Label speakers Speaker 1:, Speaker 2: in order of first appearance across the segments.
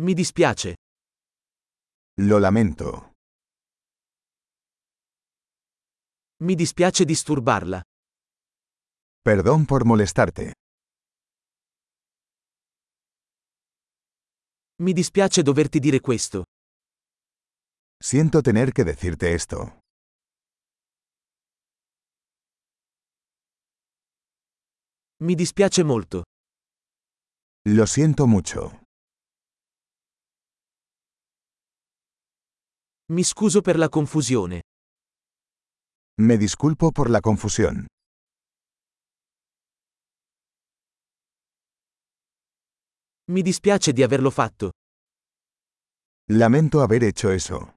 Speaker 1: Mi dispiace.
Speaker 2: Lo lamento.
Speaker 1: Mi dispiace disturbarla.
Speaker 2: Perdón por molestarte.
Speaker 1: Mi dispiace doverti dire questo.
Speaker 2: Siento tener que decirte esto.
Speaker 1: Mi dispiace molto.
Speaker 2: Lo siento mucho.
Speaker 1: Mi scuso per la confusione.
Speaker 2: Me disculpo por la confusión.
Speaker 1: Mi dispiace di averlo fatto.
Speaker 2: Lamento haber hecho eso.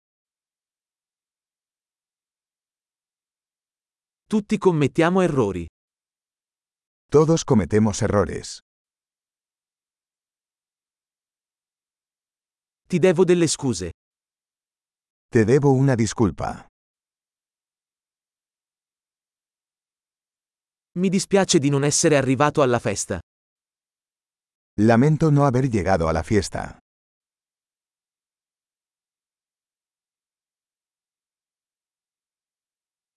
Speaker 1: Tutti commettiamo errori.
Speaker 2: Todos cometemos errores.
Speaker 1: Ti devo delle scuse.
Speaker 2: Te debo una disculpa.
Speaker 1: Mi dispiace di non essere arrivato alla festa.
Speaker 2: Lamento no haber llegado a la fiesta.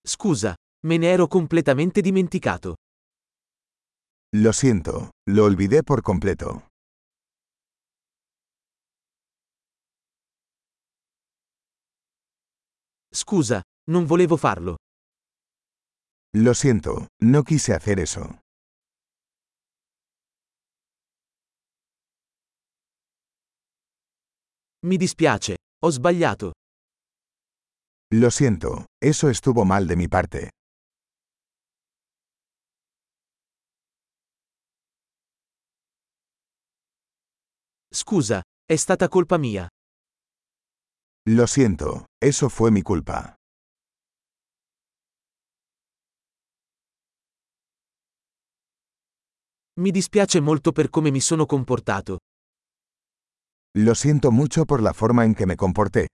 Speaker 1: Scusa, me ne ero completamente dimenticato.
Speaker 2: Lo siento, lo olvidé por completo.
Speaker 1: Scusa, non volevo farlo.
Speaker 2: Lo siento, no quise hacer eso.
Speaker 1: Mi dispiace, ho sbagliato.
Speaker 2: Lo siento, eso estuvo mal de mi parte.
Speaker 1: Scusa, è stata colpa mia.
Speaker 2: Lo siento, eso fue mi culpa.
Speaker 1: Mi dispiace molto per come mi sono comportato.
Speaker 2: Lo siento mucho por la forma en que me comporté.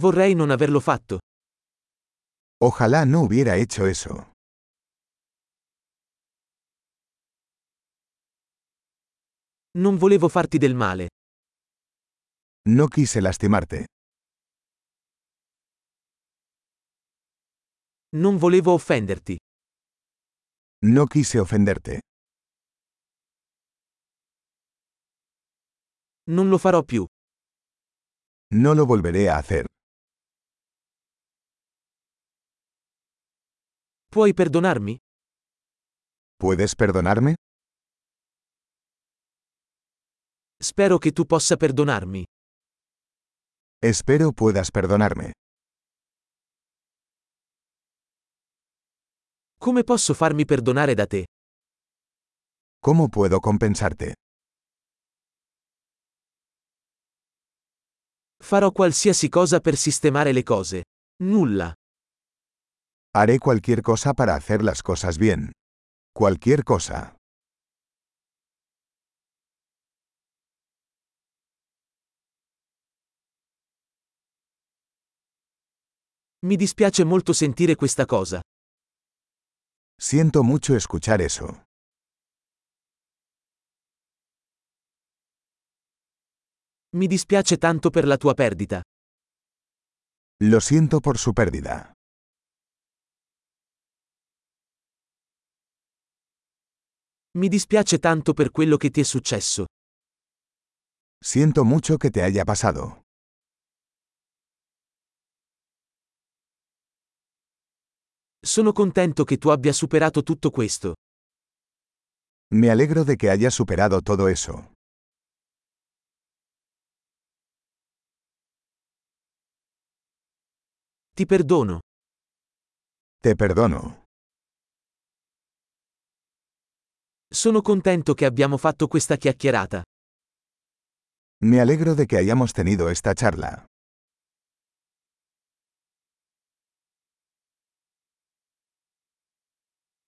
Speaker 1: Vorrei non averlo fatto.
Speaker 2: Ojalá no hubiera hecho eso.
Speaker 1: Non volevo farti del male.
Speaker 2: No quise lastimarte.
Speaker 1: Non volevo offenderti.
Speaker 2: No quise ofenderte.
Speaker 1: Non lo farò più.
Speaker 2: No lo volveré a hacer.
Speaker 1: Puoi perdonarmi?
Speaker 2: ¿Puedes perdonarme?
Speaker 1: Spero che tu possa perdonarmi.
Speaker 2: Espero puedas perdonarme.
Speaker 1: Come posso farmi perdonare da te?
Speaker 2: ¿Cómo puedo compensarte?
Speaker 1: Farò qualsiasi cosa per sistemare le cose. Nulla.
Speaker 2: Haré cualquier cosa para hacer las cosas bien. Cualquier cosa.
Speaker 1: Mi dispiace molto sentire questa cosa.
Speaker 2: Siento mucho escuchar eso.
Speaker 1: Mi dispiace tanto per la tua perdita.
Speaker 2: Lo siento por su pérdida.
Speaker 1: Mi dispiace tanto per quello che ti è successo.
Speaker 2: Siento mucho que te haya pasado.
Speaker 1: Sono contento che tu abbia superato tutto questo.
Speaker 2: Me alegro de que hayas superado todo eso.
Speaker 1: Ti perdono.
Speaker 2: Te perdono.
Speaker 1: Sono contento che abbiamo fatto questa chiacchierata.
Speaker 2: Me alegro de que hayamos tenido esta charla.